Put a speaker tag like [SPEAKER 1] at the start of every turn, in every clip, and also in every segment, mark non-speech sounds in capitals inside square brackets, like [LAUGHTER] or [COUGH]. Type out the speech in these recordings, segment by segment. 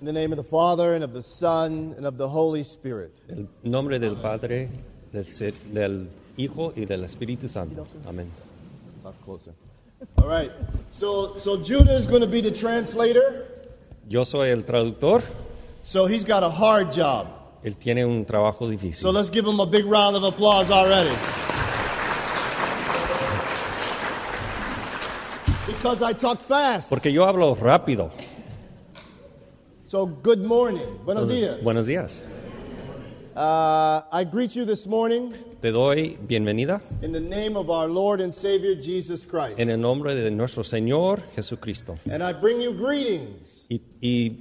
[SPEAKER 1] In the name of the Father, and of the Son, and of the Holy Spirit.
[SPEAKER 2] En el nombre del Padre, del, Ser- del Hijo y del Espíritu Santo. Amén.
[SPEAKER 1] Not closer. All right. So, so Judah is going to be the translator.
[SPEAKER 2] Yo soy el traductor.
[SPEAKER 1] So he's got a hard job.
[SPEAKER 2] Él tiene un trabajo
[SPEAKER 1] So
[SPEAKER 2] difícil.
[SPEAKER 1] let's give him a big round of applause already. Because I talk fast.
[SPEAKER 2] Porque yo hablo rápido.
[SPEAKER 1] So good morning. Buenos
[SPEAKER 2] Entonces,
[SPEAKER 1] dias.
[SPEAKER 2] buenos días.
[SPEAKER 1] Uh, I greet you this morning
[SPEAKER 2] Te doy bienvenida
[SPEAKER 1] in the name of our Lord and Savior Jesus Christ.
[SPEAKER 2] en el nombre de nuestro Señor Jesucristo.
[SPEAKER 1] And I bring you greetings
[SPEAKER 2] Y, y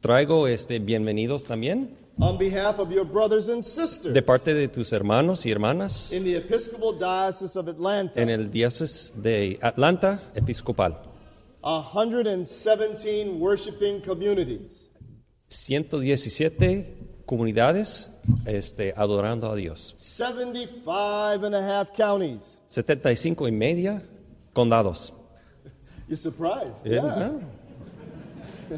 [SPEAKER 2] traigo este bienvenidos también
[SPEAKER 1] on behalf of your brothers and sisters
[SPEAKER 2] de parte de tus hermanos y hermanas
[SPEAKER 1] in the Episcopal Diocese of Atlanta,
[SPEAKER 2] en el diócesis de Atlanta Episcopal.
[SPEAKER 1] 117 worshiping communities.
[SPEAKER 2] 117 comunidades este, adorando a Dios.
[SPEAKER 1] 75 and a half counties.
[SPEAKER 2] 75 y media condados.
[SPEAKER 1] You're surprised.
[SPEAKER 2] Eh,
[SPEAKER 1] yeah.
[SPEAKER 2] ah,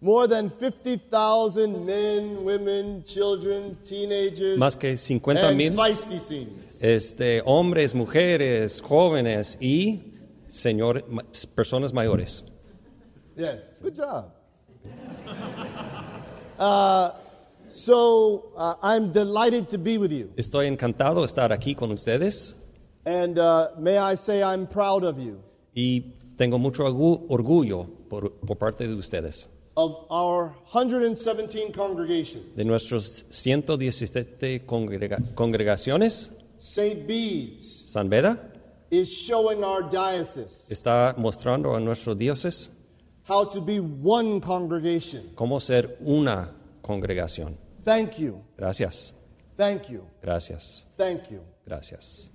[SPEAKER 1] More than 50,000 men, women, children, teenagers,
[SPEAKER 2] Más que 50
[SPEAKER 1] and
[SPEAKER 2] mil
[SPEAKER 1] feisty seniors.
[SPEAKER 2] este, hombres, mujeres, jóvenes y señor, ma- personas mayores.
[SPEAKER 1] Yes, good job. Uh, so uh, I'm delighted to be with you.
[SPEAKER 2] Estoy encantado de estar aquí con ustedes
[SPEAKER 1] And uh, may I say I'm proud of you,
[SPEAKER 2] y tengo mucho orgu- orgullo por, por parte de ustedes,
[SPEAKER 1] of our 117 congregations.
[SPEAKER 2] de nuestros 117 congrega- congregaciones.
[SPEAKER 1] St. Bede's
[SPEAKER 2] San Beda
[SPEAKER 1] is showing our diocese
[SPEAKER 2] está mostrando a nuestro diócesis
[SPEAKER 1] how to be one congregation.
[SPEAKER 2] cómo ser una congregación.
[SPEAKER 1] Thank you,
[SPEAKER 2] Gracias,
[SPEAKER 1] thank you,
[SPEAKER 2] gracias,
[SPEAKER 1] thank you.
[SPEAKER 2] gracias.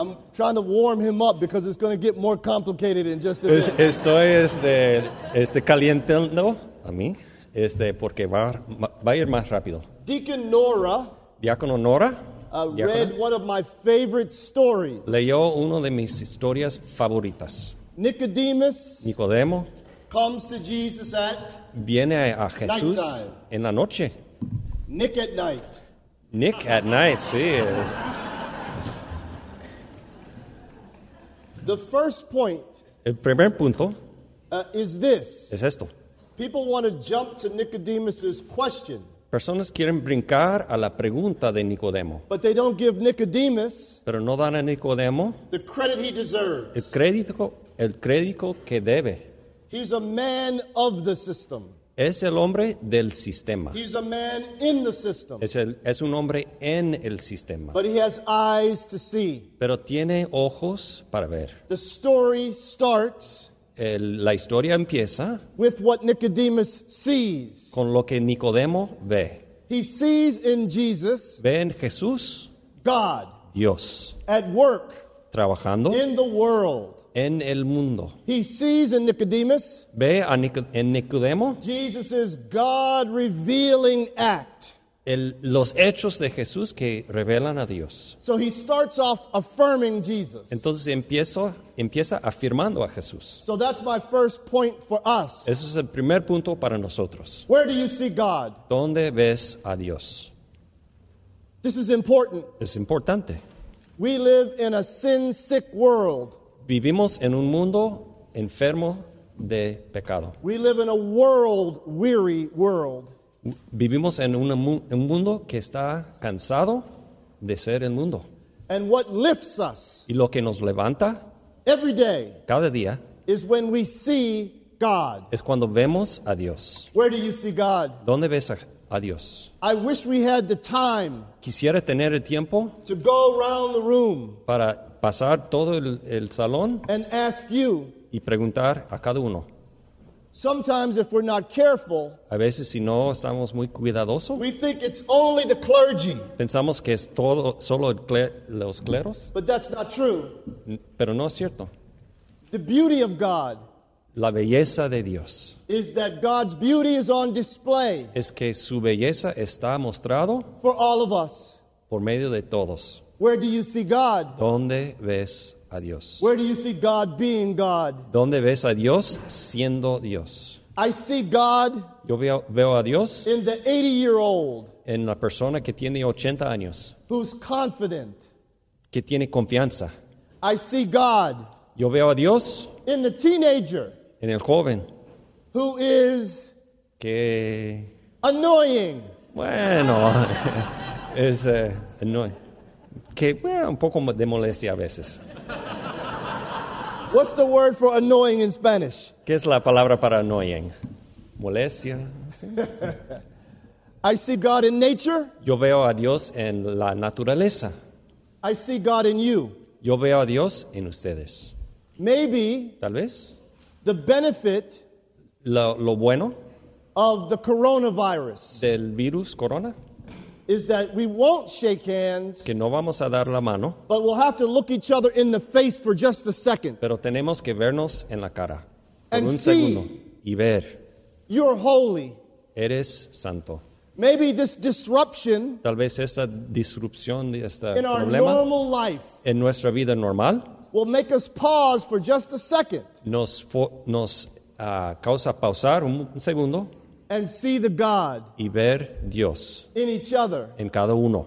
[SPEAKER 1] I'm trying to warm him up because it's going to get more complicated in just a
[SPEAKER 2] Es-
[SPEAKER 1] bit.
[SPEAKER 2] estoy este, este, calientando a mí este, porque va, va a ir más rápido.
[SPEAKER 1] Deacon Nora
[SPEAKER 2] Diácono Nora
[SPEAKER 1] uh,
[SPEAKER 2] diácono,
[SPEAKER 1] read one of my favorite stories
[SPEAKER 2] leyó una de mis historias favoritas.
[SPEAKER 1] Nicodemus
[SPEAKER 2] Nicodemo
[SPEAKER 1] comes to Jesus at
[SPEAKER 2] viene a, a Jesús
[SPEAKER 1] Nighttime.
[SPEAKER 2] en la noche.
[SPEAKER 1] Nick at night.
[SPEAKER 2] Nick at night, sí.
[SPEAKER 1] The first point
[SPEAKER 2] El primer punto
[SPEAKER 1] uh, is this
[SPEAKER 2] es esto.
[SPEAKER 1] people want to jump to Nicodemus's question,
[SPEAKER 2] Personas quieren brincar a la pregunta de Nicodemo,
[SPEAKER 1] but they don't give Nicodemus
[SPEAKER 2] pero no dan a Nicodemo
[SPEAKER 1] the credit he deserves.
[SPEAKER 2] El crédito, el crédito que debe
[SPEAKER 1] He's a man of the system,
[SPEAKER 2] es el hombre del sistema.
[SPEAKER 1] he's a man in the system,
[SPEAKER 2] Es, el- es un hombre en el sistema,
[SPEAKER 1] but he has eyes to see.
[SPEAKER 2] pero tiene ojos para ver.
[SPEAKER 1] The story starts
[SPEAKER 2] El- la historia empieza
[SPEAKER 1] with what Nicodemus sees.
[SPEAKER 2] con lo que Nicodemo ve.
[SPEAKER 1] He sees in Jesus
[SPEAKER 2] Ve en Jesús,
[SPEAKER 1] God
[SPEAKER 2] Dios,
[SPEAKER 1] at work
[SPEAKER 2] trabajando
[SPEAKER 1] in the world.
[SPEAKER 2] en el mundo.
[SPEAKER 1] He sees in Nicodemus
[SPEAKER 2] Ve a Nico- en Nicodemo
[SPEAKER 1] Jesus' God revealing act.
[SPEAKER 2] el- los hechos de Jesús que revelan a Dios.
[SPEAKER 1] So he starts off affirming Jesus.
[SPEAKER 2] Entonces empieza, empieza afirmando a Jesús.
[SPEAKER 1] So that's my first point for us.
[SPEAKER 2] Eso es el primer punto para nosotros.
[SPEAKER 1] Where do you see God?
[SPEAKER 2] ¿Dónde ves a Dios?
[SPEAKER 1] This is important.
[SPEAKER 2] Es importante.
[SPEAKER 1] We live in a sin sick world.
[SPEAKER 2] Vivimos en un mundo enfermo de pecado.
[SPEAKER 1] We live in a world weary world.
[SPEAKER 2] Vivimos en una mu- un mundo que está cansado de ser el mundo.
[SPEAKER 1] And what lifts us
[SPEAKER 2] Y lo que nos levanta
[SPEAKER 1] every day
[SPEAKER 2] cada día
[SPEAKER 1] is when we see God.
[SPEAKER 2] es cuando vemos a Dios.
[SPEAKER 1] Where do you see God?
[SPEAKER 2] ¿Dónde ves a, a Dios?
[SPEAKER 1] I wish we had the time
[SPEAKER 2] Quisiera tener el tiempo
[SPEAKER 1] to go around the room
[SPEAKER 2] para pasar todo el, el salón
[SPEAKER 1] and ask you.
[SPEAKER 2] y preguntar a cada uno.
[SPEAKER 1] Sometimes, if we're not careful,
[SPEAKER 2] A veces si no estamos muy cuidadosos,
[SPEAKER 1] we think it's only the clergy,
[SPEAKER 2] pensamos que es todo solo el cle- los cleros,
[SPEAKER 1] but that's not true.
[SPEAKER 2] N- pero no es cierto.
[SPEAKER 1] The beauty of God
[SPEAKER 2] La belleza de Dios
[SPEAKER 1] is that God's beauty is on display
[SPEAKER 2] es que su belleza está mostrado
[SPEAKER 1] for all of us.
[SPEAKER 2] por medio de todos.
[SPEAKER 1] Where do you see God?
[SPEAKER 2] ¿Dónde ves a Dios.
[SPEAKER 1] Where do you see God being God?
[SPEAKER 2] ¿Dónde ves a Dios siendo Dios?
[SPEAKER 1] I see God
[SPEAKER 2] Yo veo, veo a Dios
[SPEAKER 1] in the 80 year old
[SPEAKER 2] en la persona que tiene 80 años,
[SPEAKER 1] who's confident.
[SPEAKER 2] que tiene confianza.
[SPEAKER 1] I see God
[SPEAKER 2] Yo veo a Dios
[SPEAKER 1] in the teenager
[SPEAKER 2] en el joven
[SPEAKER 1] who is
[SPEAKER 2] que,
[SPEAKER 1] annoying.
[SPEAKER 2] bueno, [LAUGHS] es eh, no- que bueno, un poco de molestia a veces.
[SPEAKER 1] What's the word for annoying in Spanish?
[SPEAKER 2] ¿Qué es la palabra para annoying? Molestia.
[SPEAKER 1] I see God in nature.
[SPEAKER 2] Yo veo a Dios en la naturaleza.
[SPEAKER 1] I see God in you.
[SPEAKER 2] Yo veo a Dios en ustedes.
[SPEAKER 1] Maybe
[SPEAKER 2] Tal vez
[SPEAKER 1] the benefit
[SPEAKER 2] lo, lo bueno
[SPEAKER 1] of the coronavirus
[SPEAKER 2] del virus corona,
[SPEAKER 1] is that we won't shake hands,
[SPEAKER 2] que no vamos a dar la mano,
[SPEAKER 1] but we'll have to look each other in the face for just a second.
[SPEAKER 2] pero tenemos que vernos en la cara por
[SPEAKER 1] And
[SPEAKER 2] un
[SPEAKER 1] see.
[SPEAKER 2] segundo y ver,
[SPEAKER 1] You're holy.
[SPEAKER 2] eres santo.
[SPEAKER 1] Maybe this disruption
[SPEAKER 2] Tal vez esta disrupción, de este
[SPEAKER 1] in our
[SPEAKER 2] problema
[SPEAKER 1] normal life
[SPEAKER 2] en nuestra vida normal
[SPEAKER 1] will make us pause for just a second
[SPEAKER 2] nos, fo- nos ah, causa pausar un- un segundo
[SPEAKER 1] and see the God
[SPEAKER 2] y ver Dios
[SPEAKER 1] in each other.
[SPEAKER 2] en cada uno.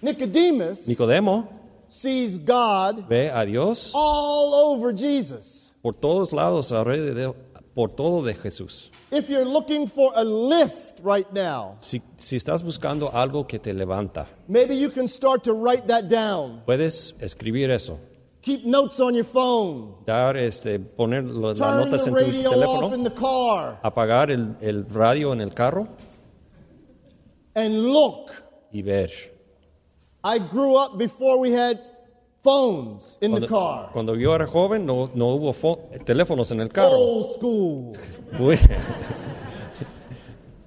[SPEAKER 1] Nicodemus
[SPEAKER 2] Nicodemo
[SPEAKER 1] sees God
[SPEAKER 2] ve a Dios
[SPEAKER 1] all over Jesus.
[SPEAKER 2] por todos lados alrededor, por todo de Jesús.
[SPEAKER 1] If you're looking for a lift right now,
[SPEAKER 2] Si, si estás buscando algo que te levanta,
[SPEAKER 1] maybe you can start to write that down.
[SPEAKER 2] puedes escribir eso,
[SPEAKER 1] Keep notes on your phone.
[SPEAKER 2] dar este, poner lo- las
[SPEAKER 1] Turn
[SPEAKER 2] notas
[SPEAKER 1] the
[SPEAKER 2] en tu
[SPEAKER 1] radio off
[SPEAKER 2] teléfono,
[SPEAKER 1] in the car
[SPEAKER 2] apagar el, el radio en el carro
[SPEAKER 1] and look.
[SPEAKER 2] y ver.
[SPEAKER 1] I grew up before we had phones in the
[SPEAKER 2] Cuando,
[SPEAKER 1] car.
[SPEAKER 2] cuando yo era joven no, no hubo fo- teléfonos en el carro.
[SPEAKER 1] Old school.
[SPEAKER 2] Muy-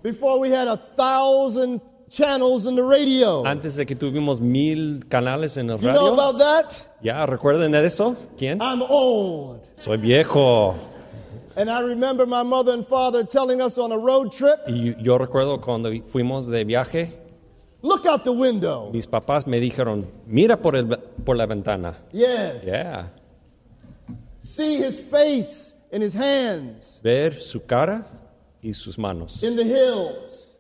[SPEAKER 1] Before we had a thousand channels in the radio.
[SPEAKER 2] [LAUGHS] Antes de que tuvimos mil canales en el
[SPEAKER 1] You know
[SPEAKER 2] radio.
[SPEAKER 1] about that?
[SPEAKER 2] ¿Ya recuerden de eso? ¿Quién?
[SPEAKER 1] I'm old.
[SPEAKER 2] Soy viejo.
[SPEAKER 1] And I remember my mother and father telling us on a road trip
[SPEAKER 2] Y yo recuerdo cuando fuimos de viaje
[SPEAKER 1] look out the window.
[SPEAKER 2] Mis papás me dijeron, mira por, el, por la ventana.
[SPEAKER 1] Yes.
[SPEAKER 2] Yeah.
[SPEAKER 1] See his face and his hands
[SPEAKER 2] Ver su cara y sus manos
[SPEAKER 1] in the hills,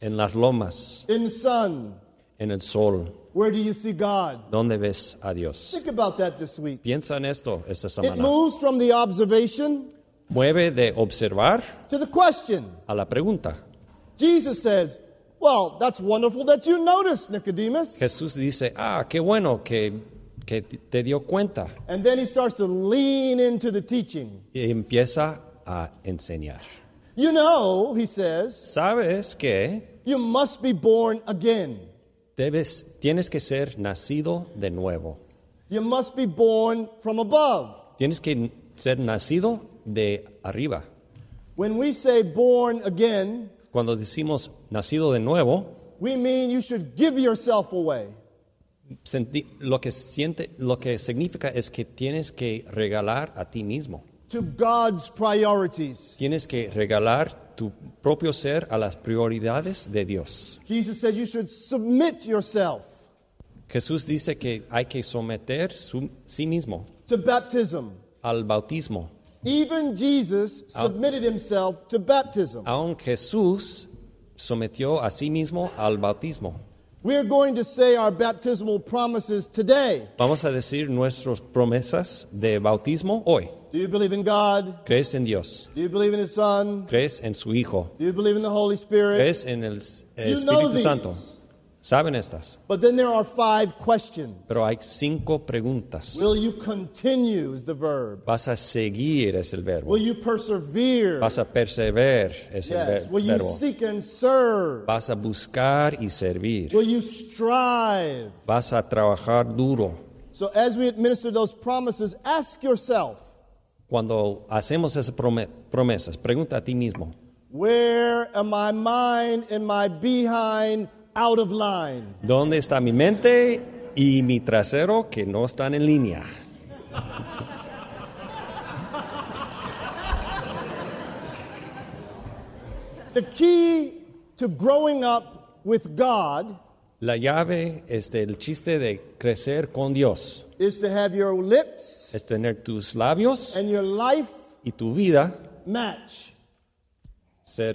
[SPEAKER 2] en las lomas,
[SPEAKER 1] in the sun.
[SPEAKER 2] en el sol,
[SPEAKER 1] Where do you see God?
[SPEAKER 2] donde ves a Dios.
[SPEAKER 1] Think about that this week.
[SPEAKER 2] Piensa en esto esta
[SPEAKER 1] It
[SPEAKER 2] semana.
[SPEAKER 1] moves from the observation
[SPEAKER 2] Mueve de observar
[SPEAKER 1] to the question.
[SPEAKER 2] a la pregunta.
[SPEAKER 1] Jesus says, Well, that's wonderful that you noticed, Nicodemus.
[SPEAKER 2] Jesús dice, ah, qué bueno que, que te dio cuenta.
[SPEAKER 1] And then he starts to lean into the teaching.
[SPEAKER 2] Y empieza a enseñar.
[SPEAKER 1] You know, he says,
[SPEAKER 2] Sabes que
[SPEAKER 1] you must be born again.
[SPEAKER 2] debes, tienes que ser nacido de nuevo.
[SPEAKER 1] You must be born from above.
[SPEAKER 2] Tienes que ser nacido de arriba.
[SPEAKER 1] When we say born again,
[SPEAKER 2] Cuando decimos nacido de nuevo,
[SPEAKER 1] we mean you should give yourself away.
[SPEAKER 2] senti- lo, que siente, lo que significa es que tienes que regalar a ti mismo.
[SPEAKER 1] to God's priorities.
[SPEAKER 2] Tienes que regalar tu propio ser a las prioridades de Dios.
[SPEAKER 1] Jesus said you should submit yourself
[SPEAKER 2] Jesús dice que hay que someter su- sí mismo
[SPEAKER 1] to baptism.
[SPEAKER 2] al bautismo.
[SPEAKER 1] Even Jesus submitted himself to baptism.
[SPEAKER 2] Aun Jesús sometió a sí mismo al bautismo.
[SPEAKER 1] We're going to say our baptismal promises today.
[SPEAKER 2] Vamos a decir nuestras promesas de bautismo hoy.
[SPEAKER 1] Do you believe in God?
[SPEAKER 2] Crees en Dios,
[SPEAKER 1] Do you believe in His Son?
[SPEAKER 2] crees en su Hijo,
[SPEAKER 1] Do you believe in the Holy Spirit?
[SPEAKER 2] crees en el S-
[SPEAKER 1] You know
[SPEAKER 2] Espíritu
[SPEAKER 1] these.
[SPEAKER 2] Santo. Saben estas.
[SPEAKER 1] But then there are five questions.
[SPEAKER 2] Pero hay cinco preguntas.
[SPEAKER 1] Will you continue is the verb.
[SPEAKER 2] Vas a seguir es el verbo.
[SPEAKER 1] Will you persevere?
[SPEAKER 2] Vas a perseverar es el
[SPEAKER 1] Yes.
[SPEAKER 2] ver-
[SPEAKER 1] Will you
[SPEAKER 2] verbo.
[SPEAKER 1] seek and serve?
[SPEAKER 2] Vas a buscar y servir.
[SPEAKER 1] Will you strive?
[SPEAKER 2] Vas a trabajar duro.
[SPEAKER 1] So, as we administer those promises, ask yourself,
[SPEAKER 2] Cuando hacemos esas prome- promesas, pregunta a ti mismo,
[SPEAKER 1] where am my mind and my behind out of line?
[SPEAKER 2] ¿dónde está mi mente y mi trasero que no están en línea?
[SPEAKER 1] The key to growing up with God
[SPEAKER 2] La llave es el chiste de crecer con Dios.
[SPEAKER 1] is to have your lips
[SPEAKER 2] es tener tus labios
[SPEAKER 1] and your life
[SPEAKER 2] y tu vida
[SPEAKER 1] match.
[SPEAKER 2] ser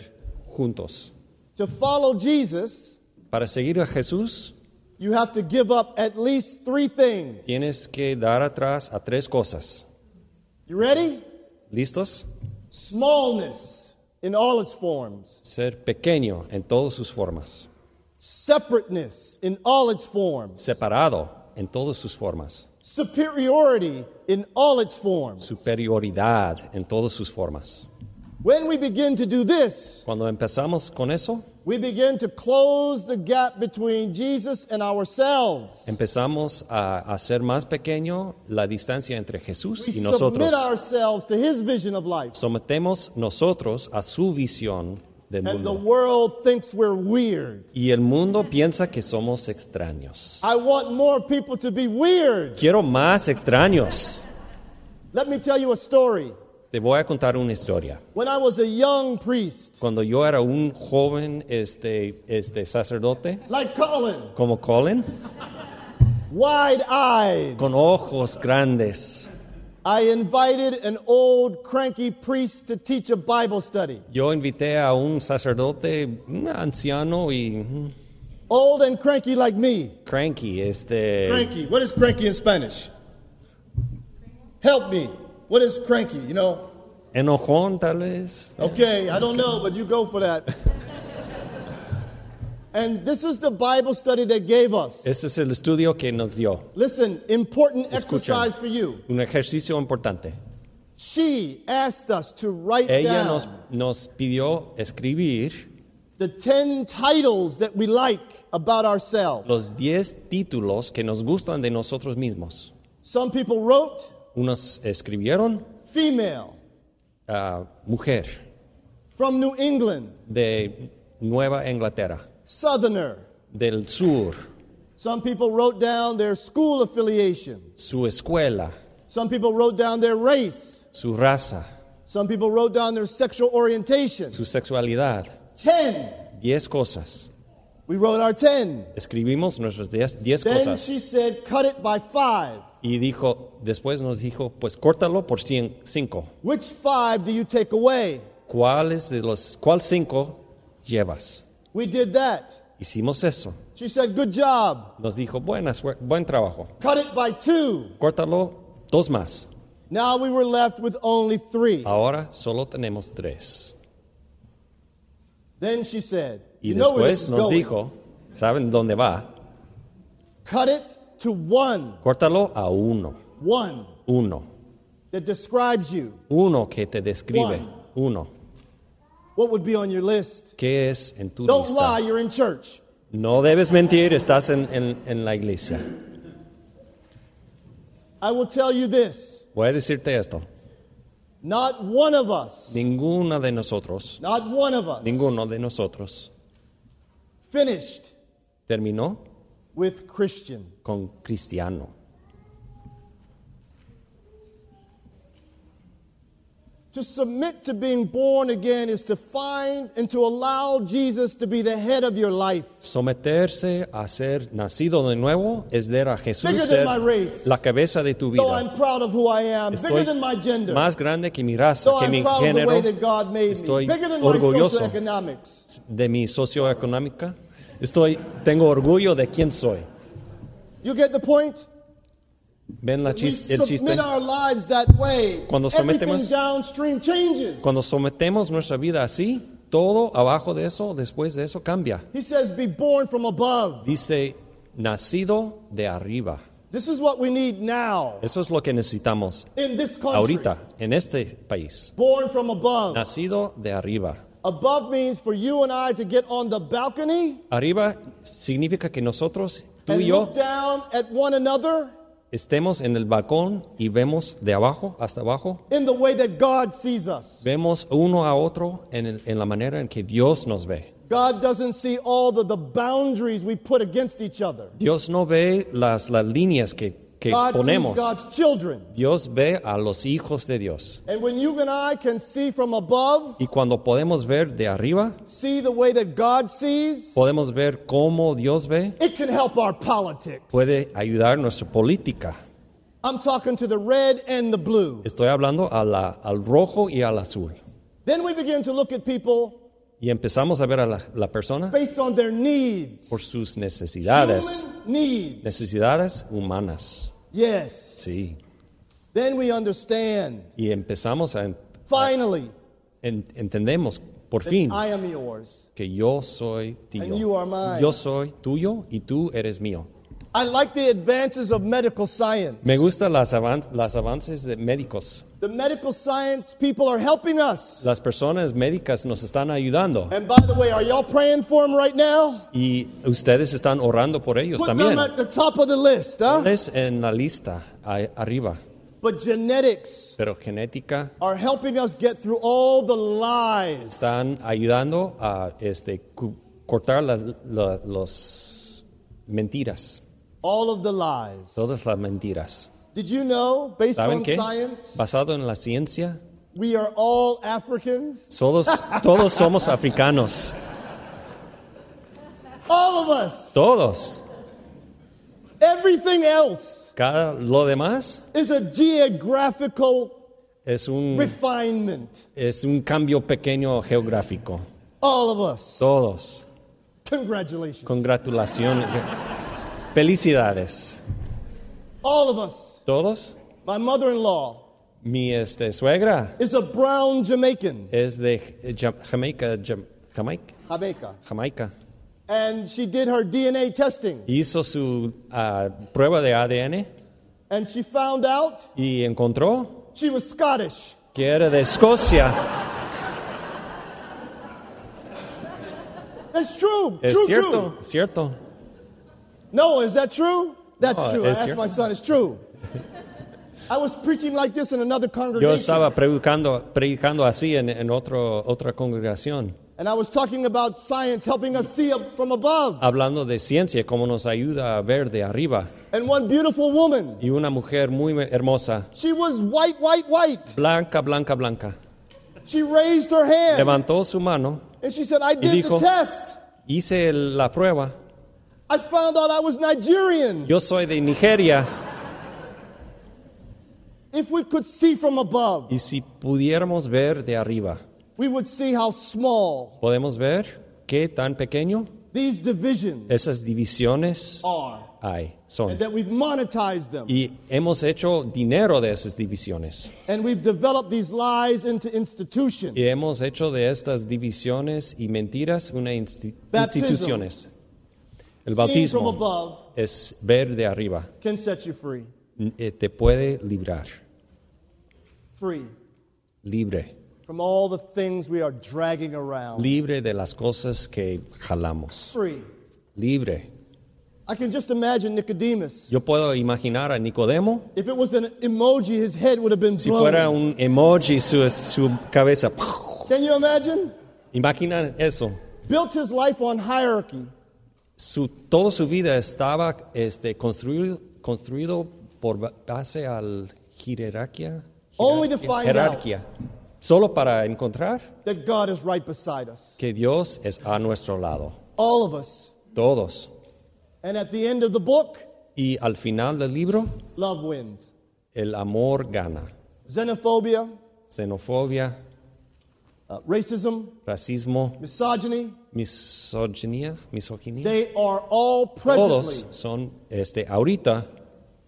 [SPEAKER 2] juntos.
[SPEAKER 1] To follow Jesus,
[SPEAKER 2] Para seguir a Jesús
[SPEAKER 1] you have to give up at least three things.
[SPEAKER 2] tienes que dar atrás a tres cosas.
[SPEAKER 1] You ready?
[SPEAKER 2] ¿Listos?
[SPEAKER 1] Smallness in all its forms,
[SPEAKER 2] Ser pequeño en todas sus formas,
[SPEAKER 1] separateness in all its forms,
[SPEAKER 2] separado en todas sus formas,
[SPEAKER 1] superiority in all its forms.
[SPEAKER 2] superioridad en todas sus formas.
[SPEAKER 1] When we begin to do this,
[SPEAKER 2] Cuando empezamos con eso,
[SPEAKER 1] we begin to close the gap between Jesus and ourselves.
[SPEAKER 2] empezamos a hacer más pequeño la distancia entre Jesús
[SPEAKER 1] We
[SPEAKER 2] y
[SPEAKER 1] submit
[SPEAKER 2] nosotros.
[SPEAKER 1] ourselves to his vision of life.
[SPEAKER 2] Sometemos nosotros a su visión
[SPEAKER 1] And
[SPEAKER 2] del
[SPEAKER 1] the
[SPEAKER 2] mundo.
[SPEAKER 1] world thinks we're weird.
[SPEAKER 2] Y el mundo piensa que somos extraños.
[SPEAKER 1] I want more people to be weird.
[SPEAKER 2] Quiero más extraños.
[SPEAKER 1] Let me tell you a story.
[SPEAKER 2] Te voy a contar una historia.
[SPEAKER 1] When I was a young priest,
[SPEAKER 2] Cuando yo era un joven este, este sacerdote,
[SPEAKER 1] like Colin,
[SPEAKER 2] como Colin,
[SPEAKER 1] wide eyed,
[SPEAKER 2] con ojos grandes,
[SPEAKER 1] I invited an old cranky priest to teach a Bible study.
[SPEAKER 2] yo invité a un sacerdote mm, anciano y mm,
[SPEAKER 1] Old and cranky like me.
[SPEAKER 2] cranky, este,
[SPEAKER 1] Cranky. What is cranky in Spanish? Help me. What is cranky? You know?
[SPEAKER 2] enojón tal vez.
[SPEAKER 1] Okay, I don't know, but you go for [LAUGHS] that. and this is the Bible study they gave us.
[SPEAKER 2] Ese es el estudio que nos dio,
[SPEAKER 1] Listen, important
[SPEAKER 2] Escucha.
[SPEAKER 1] exercise for you.
[SPEAKER 2] un ejercicio importante.
[SPEAKER 1] She asked us to write
[SPEAKER 2] Ella
[SPEAKER 1] down
[SPEAKER 2] nos, nos pidió escribir
[SPEAKER 1] the 10 titles that we like about ourselves.
[SPEAKER 2] los 10 títulos que nos gustan de nosotros mismos.
[SPEAKER 1] Some people wrote
[SPEAKER 2] Unos escribieron
[SPEAKER 1] female,
[SPEAKER 2] ah, mujer
[SPEAKER 1] from New England,
[SPEAKER 2] de Nueva Inglaterra,
[SPEAKER 1] southerner.
[SPEAKER 2] del sur,
[SPEAKER 1] Some people wrote down their school affiliation.
[SPEAKER 2] su escuela,
[SPEAKER 1] Some people wrote down their race.
[SPEAKER 2] su raza,
[SPEAKER 1] Some people wrote down their sexual orientation.
[SPEAKER 2] su sexualidad.
[SPEAKER 1] 10.
[SPEAKER 2] 10 cosas.
[SPEAKER 1] We wrote our 10.
[SPEAKER 2] Escribimos nuestras 10 10
[SPEAKER 1] Then
[SPEAKER 2] cosas.
[SPEAKER 1] she said, cut it by five.
[SPEAKER 2] Y dijo, después nos dijo, pues córtalo por 5.
[SPEAKER 1] Which five do you take away?
[SPEAKER 2] ¿Cuáles de los, cuál 5 llevas?
[SPEAKER 1] We did that.
[SPEAKER 2] Hicimos eso.
[SPEAKER 1] She said, good job.
[SPEAKER 2] Nos dijo, buena suer- buen trabajo.
[SPEAKER 1] Cut it by two.
[SPEAKER 2] Córtalo dos más.
[SPEAKER 1] Now we were left with only three.
[SPEAKER 2] Ahora solo tenemos tres.
[SPEAKER 1] Then she said,
[SPEAKER 2] Y
[SPEAKER 1] You know where this
[SPEAKER 2] después
[SPEAKER 1] is
[SPEAKER 2] nos
[SPEAKER 1] going.
[SPEAKER 2] dijo, ¿saben dónde va?
[SPEAKER 1] Cut it to one.
[SPEAKER 2] Córtalo a uno.
[SPEAKER 1] One
[SPEAKER 2] Uno.
[SPEAKER 1] that describes you.
[SPEAKER 2] Uno que te describe.
[SPEAKER 1] One.
[SPEAKER 2] Uno.
[SPEAKER 1] What would be on your list?
[SPEAKER 2] ¿Qué es en tu
[SPEAKER 1] Don't
[SPEAKER 2] lista?
[SPEAKER 1] lie, you're in church.
[SPEAKER 2] No debes mentir, estás en, en- en la iglesia.
[SPEAKER 1] I will tell you this
[SPEAKER 2] Voy a decirte esto.
[SPEAKER 1] not one of us,
[SPEAKER 2] Ninguno de nosotros,
[SPEAKER 1] not one of us,
[SPEAKER 2] ninguno de nosotros
[SPEAKER 1] finished
[SPEAKER 2] terminó
[SPEAKER 1] with Christian.
[SPEAKER 2] con cristiano.
[SPEAKER 1] To submit to being born again is to find and to allow Jesus to be the head of your life.
[SPEAKER 2] Someterse a ser nacido de nuevo es dar a Jesús
[SPEAKER 1] Bigger than
[SPEAKER 2] ser
[SPEAKER 1] my race.
[SPEAKER 2] la cabeza de tu
[SPEAKER 1] Though
[SPEAKER 2] vida.
[SPEAKER 1] I'm proud of who I am, bigger
[SPEAKER 2] Estoy
[SPEAKER 1] than my gender.
[SPEAKER 2] más grande que mi raza,
[SPEAKER 1] So
[SPEAKER 2] que
[SPEAKER 1] I'm
[SPEAKER 2] mi
[SPEAKER 1] proud of the way
[SPEAKER 2] género,
[SPEAKER 1] that God made me.
[SPEAKER 2] Estoy
[SPEAKER 1] Bigger than
[SPEAKER 2] orgulloso.
[SPEAKER 1] my socioeconomics.
[SPEAKER 2] de mi socioeconómica. Estoy, tengo orgullo de quién soy.
[SPEAKER 1] You get the point?
[SPEAKER 2] ¿Ven la
[SPEAKER 1] We
[SPEAKER 2] chis- el chiste?
[SPEAKER 1] submit our lives that way.
[SPEAKER 2] Cuando
[SPEAKER 1] Everything
[SPEAKER 2] sometemos-
[SPEAKER 1] downstream changes.
[SPEAKER 2] Cuando sometemos nuestra vida así, todo abajo de eso, después de eso, cambia.
[SPEAKER 1] He says, be born from above.
[SPEAKER 2] Dice, nacido de arriba.
[SPEAKER 1] This is what we need now
[SPEAKER 2] Eso es lo que necesitamos
[SPEAKER 1] in this country.
[SPEAKER 2] ahorita, en este país.
[SPEAKER 1] Born from above.
[SPEAKER 2] Nacido de arriba.
[SPEAKER 1] Above means for you and I to get on the balcony
[SPEAKER 2] Arriba significa que nosotros, tú
[SPEAKER 1] and
[SPEAKER 2] y yo,
[SPEAKER 1] look down at one another
[SPEAKER 2] estemos en el balcón y vemos de abajo hasta abajo
[SPEAKER 1] in the way that God sees us.
[SPEAKER 2] Vemos uno a otro en, el- en la manera en que Dios nos ve.
[SPEAKER 1] God doesn't see all the, the boundaries we put against each other.
[SPEAKER 2] Dios no ve las, las líneas que, que
[SPEAKER 1] God sees
[SPEAKER 2] ponemos.
[SPEAKER 1] God's children.
[SPEAKER 2] Dios ve a los hijos de Dios.
[SPEAKER 1] And when you and I can see from above,
[SPEAKER 2] Y cuando podemos ver de arriba,
[SPEAKER 1] see the way that God sees,
[SPEAKER 2] podemos ver cómo Dios ve,
[SPEAKER 1] it can help our politics.
[SPEAKER 2] puede ayudar nuestra política.
[SPEAKER 1] I'm talking to the red and the blue.
[SPEAKER 2] Estoy hablando a la- al rojo y al azul.
[SPEAKER 1] Then we begin to look at people
[SPEAKER 2] Y empezamos a ver a la, la persona
[SPEAKER 1] based on their needs.
[SPEAKER 2] por sus necesidades.
[SPEAKER 1] Human needs.
[SPEAKER 2] Necesidades humanas.
[SPEAKER 1] Yes.
[SPEAKER 2] Sí.
[SPEAKER 1] Then we understand,
[SPEAKER 2] Y empezamos a en-
[SPEAKER 1] finally,
[SPEAKER 2] en- entendemos por fin
[SPEAKER 1] I am yours.
[SPEAKER 2] que yo soy
[SPEAKER 1] And you are
[SPEAKER 2] tuyo.
[SPEAKER 1] mine.
[SPEAKER 2] Yo soy tuyo y tú eres mío.
[SPEAKER 1] I like the advances of medical science.
[SPEAKER 2] Me gustan las, avan- las avances de médicos.
[SPEAKER 1] The medical science people are helping us.
[SPEAKER 2] Las personas médicas nos están ayudando
[SPEAKER 1] And by the way, are y'all praying for them right now?
[SPEAKER 2] y ustedes están orando por ellos
[SPEAKER 1] Put
[SPEAKER 2] también.
[SPEAKER 1] them at the top of the list, huh?
[SPEAKER 2] Es en la lista a- arriba,
[SPEAKER 1] But genetics
[SPEAKER 2] pero genética
[SPEAKER 1] are helping us get through all the lies.
[SPEAKER 2] están ayudando a este, cu- cortar las mentiras,
[SPEAKER 1] All of the lies.
[SPEAKER 2] todas las mentiras.
[SPEAKER 1] Did you know, based
[SPEAKER 2] ¿Saben
[SPEAKER 1] on
[SPEAKER 2] qué?
[SPEAKER 1] science,
[SPEAKER 2] Basado en la ciencia,
[SPEAKER 1] we are all Africans?
[SPEAKER 2] todos, todos somos africanos,
[SPEAKER 1] All of us.
[SPEAKER 2] todos.
[SPEAKER 1] Everything else
[SPEAKER 2] Cada, lo demás
[SPEAKER 1] is a geographical
[SPEAKER 2] es un,
[SPEAKER 1] refinement.
[SPEAKER 2] es un cambio pequeño geográfico.
[SPEAKER 1] All of us.
[SPEAKER 2] Todos.
[SPEAKER 1] Congratulations.
[SPEAKER 2] Congratulaciones. Felicidades.
[SPEAKER 1] All of us.
[SPEAKER 2] Todos.
[SPEAKER 1] My mother in law
[SPEAKER 2] Mi este, suegra
[SPEAKER 1] is a brown Jamaican,
[SPEAKER 2] es de eh, Ja- Jamaica, Jam- Jamaica,
[SPEAKER 1] Jamaica,
[SPEAKER 2] Jamaica.
[SPEAKER 1] and she did her DNA testing
[SPEAKER 2] Hizo su ah, prueba de ADN
[SPEAKER 1] and she found out
[SPEAKER 2] y encontró
[SPEAKER 1] she was Scottish.
[SPEAKER 2] que era de Escocia.
[SPEAKER 1] That's true.
[SPEAKER 2] Es
[SPEAKER 1] true,
[SPEAKER 2] cierto,
[SPEAKER 1] true.
[SPEAKER 2] cierto.
[SPEAKER 1] No, is that true? That's
[SPEAKER 2] No,
[SPEAKER 1] true. I
[SPEAKER 2] es
[SPEAKER 1] asked my
[SPEAKER 2] cierto.
[SPEAKER 1] son, it's true. I was preaching like this in another
[SPEAKER 2] Yo
[SPEAKER 1] congregation,
[SPEAKER 2] estaba predicando, predicando así en, en otro, otra congregación,
[SPEAKER 1] and I was talking about science helping us see up from above.
[SPEAKER 2] hablando de ciencia, cómo nos ayuda a ver de arriba.
[SPEAKER 1] And one beautiful woman,
[SPEAKER 2] Y una mujer muy hermosa,
[SPEAKER 1] she was white, white, white.
[SPEAKER 2] blanca, blanca, blanca,
[SPEAKER 1] She raised her hand
[SPEAKER 2] levantó su mano
[SPEAKER 1] and she said, I did the
[SPEAKER 2] dijo-
[SPEAKER 1] test.
[SPEAKER 2] Hice el- la prueba.
[SPEAKER 1] I found out I was Nigerian.
[SPEAKER 2] Yo soy de Nigeria
[SPEAKER 1] If we could see from above,
[SPEAKER 2] y si pudiéramos ver de arriba,
[SPEAKER 1] we would see how small
[SPEAKER 2] podemos ver qué tan pequeño
[SPEAKER 1] these divisions
[SPEAKER 2] esas divisiones
[SPEAKER 1] are
[SPEAKER 2] hay
[SPEAKER 1] and
[SPEAKER 2] son.
[SPEAKER 1] that we've monetized them
[SPEAKER 2] Y hemos hecho dinero de esas divisiones
[SPEAKER 1] and we've developed these lies into institutions.
[SPEAKER 2] y hemos hecho de estas divisiones y mentiras una insti-
[SPEAKER 1] Baptism.
[SPEAKER 2] instituciones. El
[SPEAKER 1] Seeing from
[SPEAKER 2] bautismo
[SPEAKER 1] above
[SPEAKER 2] es ver de arriba.
[SPEAKER 1] can set you free.
[SPEAKER 2] N- eh, Te puede librar,
[SPEAKER 1] Free
[SPEAKER 2] libre,
[SPEAKER 1] from all the things we are dragging around.
[SPEAKER 2] libre de las cosas que jalamos,
[SPEAKER 1] Free.
[SPEAKER 2] libre.
[SPEAKER 1] I can just imagine Nicodemus.
[SPEAKER 2] Yo puedo imaginar a Nicodemo,
[SPEAKER 1] If it was an emoji, his head would have been
[SPEAKER 2] si
[SPEAKER 1] blown.
[SPEAKER 2] fuera un emoji, su, su cabeza.
[SPEAKER 1] Can you imagine?
[SPEAKER 2] Imagina eso.
[SPEAKER 1] Built his life on hierarchy.
[SPEAKER 2] Su, toda su vida estaba este, construido, construido por ba- base al jerarquía.
[SPEAKER 1] Only to
[SPEAKER 2] jerarquía-
[SPEAKER 1] find
[SPEAKER 2] jerarquía. Solo para encontrar
[SPEAKER 1] That God is right beside us.
[SPEAKER 2] que Dios es a nuestro lado.
[SPEAKER 1] All of us.
[SPEAKER 2] Todos.
[SPEAKER 1] And at the end of the book,
[SPEAKER 2] Y al final del libro,
[SPEAKER 1] love wins.
[SPEAKER 2] el amor gana.
[SPEAKER 1] Xenophobia,
[SPEAKER 2] Xenofobia,
[SPEAKER 1] uh, racism,
[SPEAKER 2] racismo,
[SPEAKER 1] misogyny,
[SPEAKER 2] misoginia, misoginia.
[SPEAKER 1] they are all presently
[SPEAKER 2] Todos son este, ahorita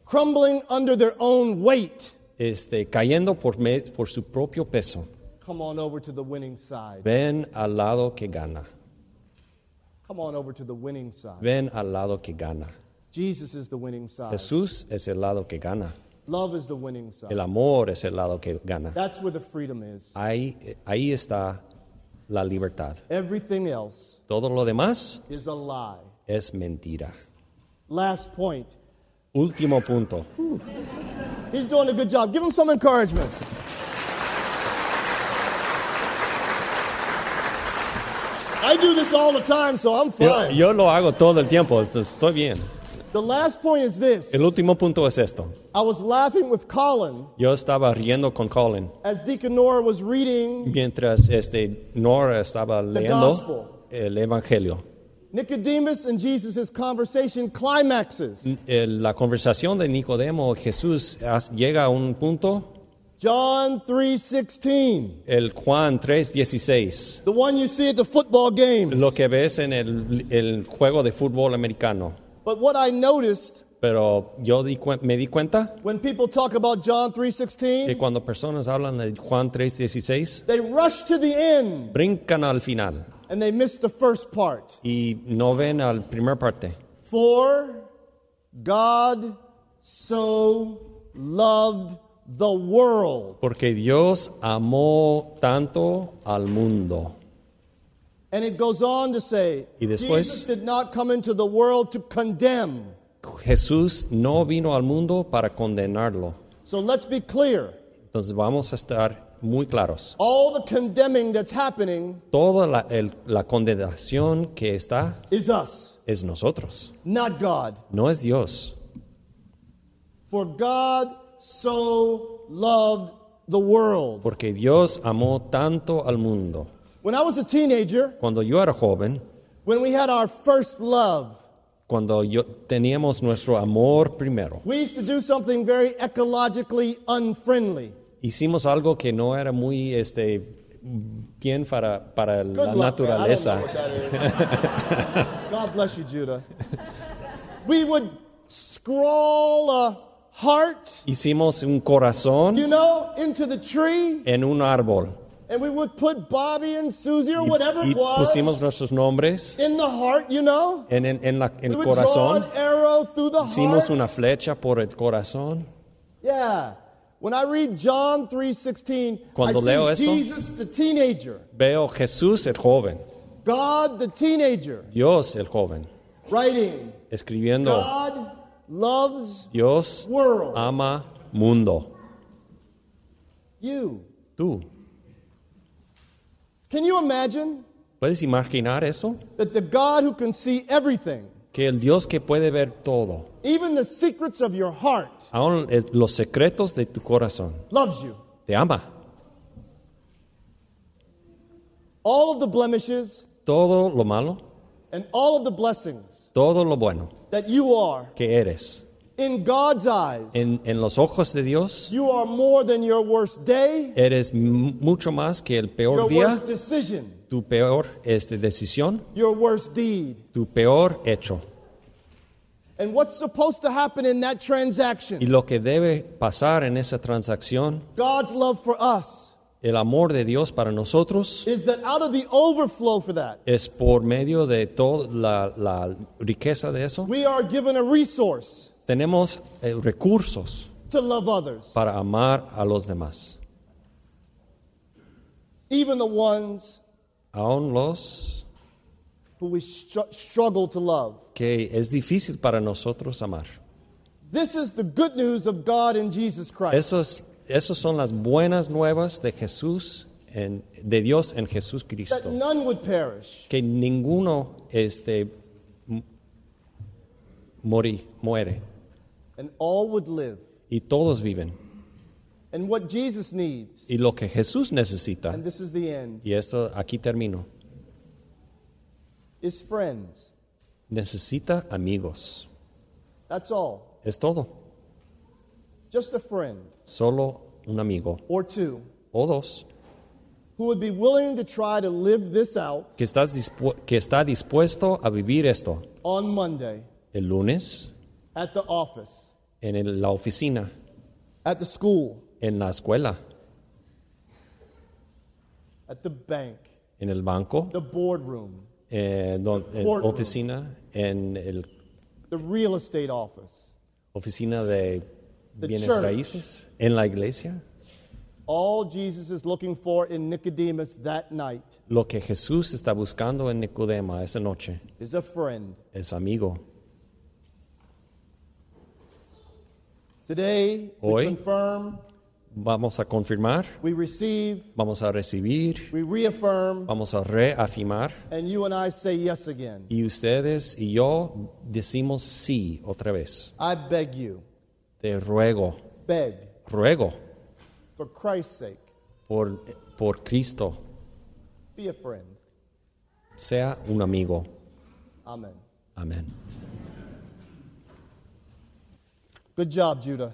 [SPEAKER 1] crumbling under their own weight.
[SPEAKER 2] este, cayendo por, me- por su propio peso.
[SPEAKER 1] Come on over to the winning side.
[SPEAKER 2] Ven al lado que gana.
[SPEAKER 1] Come on over to the winning side.
[SPEAKER 2] Ven al lado que gana.
[SPEAKER 1] Jesus is the winning side.
[SPEAKER 2] Jesús es el lado que gana.
[SPEAKER 1] Love is the winning
[SPEAKER 2] El
[SPEAKER 1] side.
[SPEAKER 2] amor es el lado que gana.
[SPEAKER 1] That's where the freedom is.
[SPEAKER 2] Ahí, ahí está la libertad.
[SPEAKER 1] Everything else
[SPEAKER 2] Todo lo demás
[SPEAKER 1] is a lie.
[SPEAKER 2] es mentira.
[SPEAKER 1] Last point.
[SPEAKER 2] Último punto.
[SPEAKER 1] He's doing a good job. Give him some encouragement. I do this all the time, so I'm
[SPEAKER 2] Yo,
[SPEAKER 1] fine.
[SPEAKER 2] yo lo hago todo el tiempo. Estoy bien.
[SPEAKER 1] The last point is this.
[SPEAKER 2] El último punto es esto.
[SPEAKER 1] I was laughing with Colin
[SPEAKER 2] Yo estaba riendo con Colin
[SPEAKER 1] as Deacon Nora was reading
[SPEAKER 2] mientras este, Nora estaba leyendo
[SPEAKER 1] gospel.
[SPEAKER 2] el Evangelio.
[SPEAKER 1] Nicodemus and Jesus' conversation climaxes.
[SPEAKER 2] El- la conversación de Nicodemo, Jesús as- llega a un punto,
[SPEAKER 1] John 3:16,
[SPEAKER 2] el Juan 3:16,
[SPEAKER 1] the one you see at the football games.
[SPEAKER 2] lo que ves en el, el juego de fútbol americano.
[SPEAKER 1] But what I noticed
[SPEAKER 2] Pero yo di cuen- me di cuenta
[SPEAKER 1] when people talk about John
[SPEAKER 2] que
[SPEAKER 1] 3:16,
[SPEAKER 2] cuando personas hablan de Juan 3:16,
[SPEAKER 1] they rush to the end
[SPEAKER 2] brincan al final
[SPEAKER 1] and they miss the first part.
[SPEAKER 2] y no ven al primer parte.
[SPEAKER 1] For God so loved the world.
[SPEAKER 2] Porque Dios amó tanto al mundo.
[SPEAKER 1] And it goes on to say,
[SPEAKER 2] Y después-
[SPEAKER 1] Jesus did not come into the world to condemn.
[SPEAKER 2] Jesús no vino al mundo para condenarlo.
[SPEAKER 1] So let's be clear.
[SPEAKER 2] Entonces vamos a estar muy claros.
[SPEAKER 1] All the condemning that's happening
[SPEAKER 2] Toda la, el- la condenación que está
[SPEAKER 1] is us,
[SPEAKER 2] es nosotros,
[SPEAKER 1] not God.
[SPEAKER 2] no es Dios.
[SPEAKER 1] For God so loved the world.
[SPEAKER 2] Porque Dios amó tanto al mundo.
[SPEAKER 1] When I was a teenager,
[SPEAKER 2] Cuando yo era joven,
[SPEAKER 1] when we had our first love,
[SPEAKER 2] cuando yo teníamos nuestro amor primero,
[SPEAKER 1] we used to do something very ecologically unfriendly.
[SPEAKER 2] hicimos algo que no era muy este, bien para, para la
[SPEAKER 1] Good luck, man. I don't know
[SPEAKER 2] naturaleza.
[SPEAKER 1] what that is.
[SPEAKER 2] [LAUGHS]
[SPEAKER 1] God bless you, Judah. We would scrawl a heart,
[SPEAKER 2] Hicimos un corazón
[SPEAKER 1] you know, into the tree,
[SPEAKER 2] en un árbol
[SPEAKER 1] and we would put Bobby and Susie or whatever
[SPEAKER 2] y
[SPEAKER 1] it
[SPEAKER 2] pusimos
[SPEAKER 1] was
[SPEAKER 2] nuestros nombres
[SPEAKER 1] in the heart, you know.
[SPEAKER 2] en, en, en la- en
[SPEAKER 1] We
[SPEAKER 2] el
[SPEAKER 1] would draw
[SPEAKER 2] corazón.
[SPEAKER 1] an arrow through the
[SPEAKER 2] Hicimos
[SPEAKER 1] heart.
[SPEAKER 2] una flecha por el corazón.
[SPEAKER 1] Yeah. When I read John 3:16,
[SPEAKER 2] Cuando
[SPEAKER 1] I
[SPEAKER 2] leo
[SPEAKER 1] see
[SPEAKER 2] esto-
[SPEAKER 1] Jesus the teenager,
[SPEAKER 2] Veo Jesús el joven,
[SPEAKER 1] God the teenager,
[SPEAKER 2] Dios el joven,
[SPEAKER 1] writing,
[SPEAKER 2] escribiendo,
[SPEAKER 1] God loves
[SPEAKER 2] Dios
[SPEAKER 1] world.
[SPEAKER 2] ama mundo.
[SPEAKER 1] You.
[SPEAKER 2] Tú,
[SPEAKER 1] Can you imagine
[SPEAKER 2] ¿puedes imaginar eso?
[SPEAKER 1] that the God who can see everything,
[SPEAKER 2] Que el Dios que puede ver todo,
[SPEAKER 1] even the secrets of your heart,
[SPEAKER 2] aún el- los secretos de tu corazón,
[SPEAKER 1] loves you?
[SPEAKER 2] te ama.
[SPEAKER 1] All of the blemishes
[SPEAKER 2] Todo lo malo,
[SPEAKER 1] and all of the blessings
[SPEAKER 2] todo lo bueno
[SPEAKER 1] that you are
[SPEAKER 2] que eres.
[SPEAKER 1] in God's eyes.
[SPEAKER 2] En, en los ojos de Dios,
[SPEAKER 1] You are more than your worst day,
[SPEAKER 2] eres mu- mucho más que el peor
[SPEAKER 1] your
[SPEAKER 2] día,
[SPEAKER 1] worst decision,
[SPEAKER 2] tu peor este, decisión,
[SPEAKER 1] your worst deed.
[SPEAKER 2] tu peor hecho.
[SPEAKER 1] And what's supposed to happen in that
[SPEAKER 2] Y
[SPEAKER 1] transaction?
[SPEAKER 2] lo que debe pasar en esa transacción
[SPEAKER 1] God's love for us
[SPEAKER 2] el amor de Dios para nosotros
[SPEAKER 1] is that out of the overflow for that,
[SPEAKER 2] es por medio de toda la, la riqueza de eso.
[SPEAKER 1] we are given a resource
[SPEAKER 2] Tenemos eh, recursos
[SPEAKER 1] to love others,
[SPEAKER 2] para amar a los demás,
[SPEAKER 1] even the ones
[SPEAKER 2] aun los
[SPEAKER 1] who we str- struggle to love.
[SPEAKER 2] que es difícil para nosotros amar.
[SPEAKER 1] This is the good news of God in Jesus Christ.
[SPEAKER 2] Esas esos son las buenas nuevas de Jesús, en- de Dios en Jesús
[SPEAKER 1] That
[SPEAKER 2] Cristo.
[SPEAKER 1] none would perish,
[SPEAKER 2] Que ninguno este, m- morí- muere
[SPEAKER 1] and all would live.
[SPEAKER 2] y todos viven.
[SPEAKER 1] And what Jesus needs,
[SPEAKER 2] Y lo que Jesús necesita,
[SPEAKER 1] and this is the end,
[SPEAKER 2] y esto aquí termino,
[SPEAKER 1] is friends.
[SPEAKER 2] Necesita amigos.
[SPEAKER 1] That's all.
[SPEAKER 2] Es todo.
[SPEAKER 1] Just a friend
[SPEAKER 2] Solo un amigo
[SPEAKER 1] or two
[SPEAKER 2] o dos
[SPEAKER 1] who would be willing to try to live this out
[SPEAKER 2] que, estás dispu- que está dispuesto a vivir esto
[SPEAKER 1] on Monday
[SPEAKER 2] el lunes
[SPEAKER 1] at the office,
[SPEAKER 2] en el- la oficina,
[SPEAKER 1] at the school,
[SPEAKER 2] en la escuela,
[SPEAKER 1] at the bank,
[SPEAKER 2] en el banco,
[SPEAKER 1] the boardroom,
[SPEAKER 2] en don- en
[SPEAKER 1] Courtroom.
[SPEAKER 2] oficina, en el
[SPEAKER 1] the real estate office,
[SPEAKER 2] oficina de
[SPEAKER 1] The
[SPEAKER 2] bienes
[SPEAKER 1] church.
[SPEAKER 2] raíces, en la iglesia.
[SPEAKER 1] all Jesus is looking for in Nicodemus that night
[SPEAKER 2] Lo que Jesús está buscando en Nicodema esa noche
[SPEAKER 1] is a friend.
[SPEAKER 2] es amigo.
[SPEAKER 1] Today, we
[SPEAKER 2] Hoy.
[SPEAKER 1] confirm,
[SPEAKER 2] Vamos a confirmar,
[SPEAKER 1] we receive,
[SPEAKER 2] vamos a recibir,
[SPEAKER 1] we reaffirm,
[SPEAKER 2] vamos a reafirmar.
[SPEAKER 1] and you and I say yes again.
[SPEAKER 2] Y ustedes y yo decimos sí otra vez.
[SPEAKER 1] I beg you,
[SPEAKER 2] Te ruego,
[SPEAKER 1] beg,
[SPEAKER 2] ruego
[SPEAKER 1] for Christ's sake,
[SPEAKER 2] por, por Cristo,
[SPEAKER 1] be a friend.
[SPEAKER 2] sea un amigo.
[SPEAKER 1] Amen.
[SPEAKER 2] Amén.
[SPEAKER 1] Good job, Judah.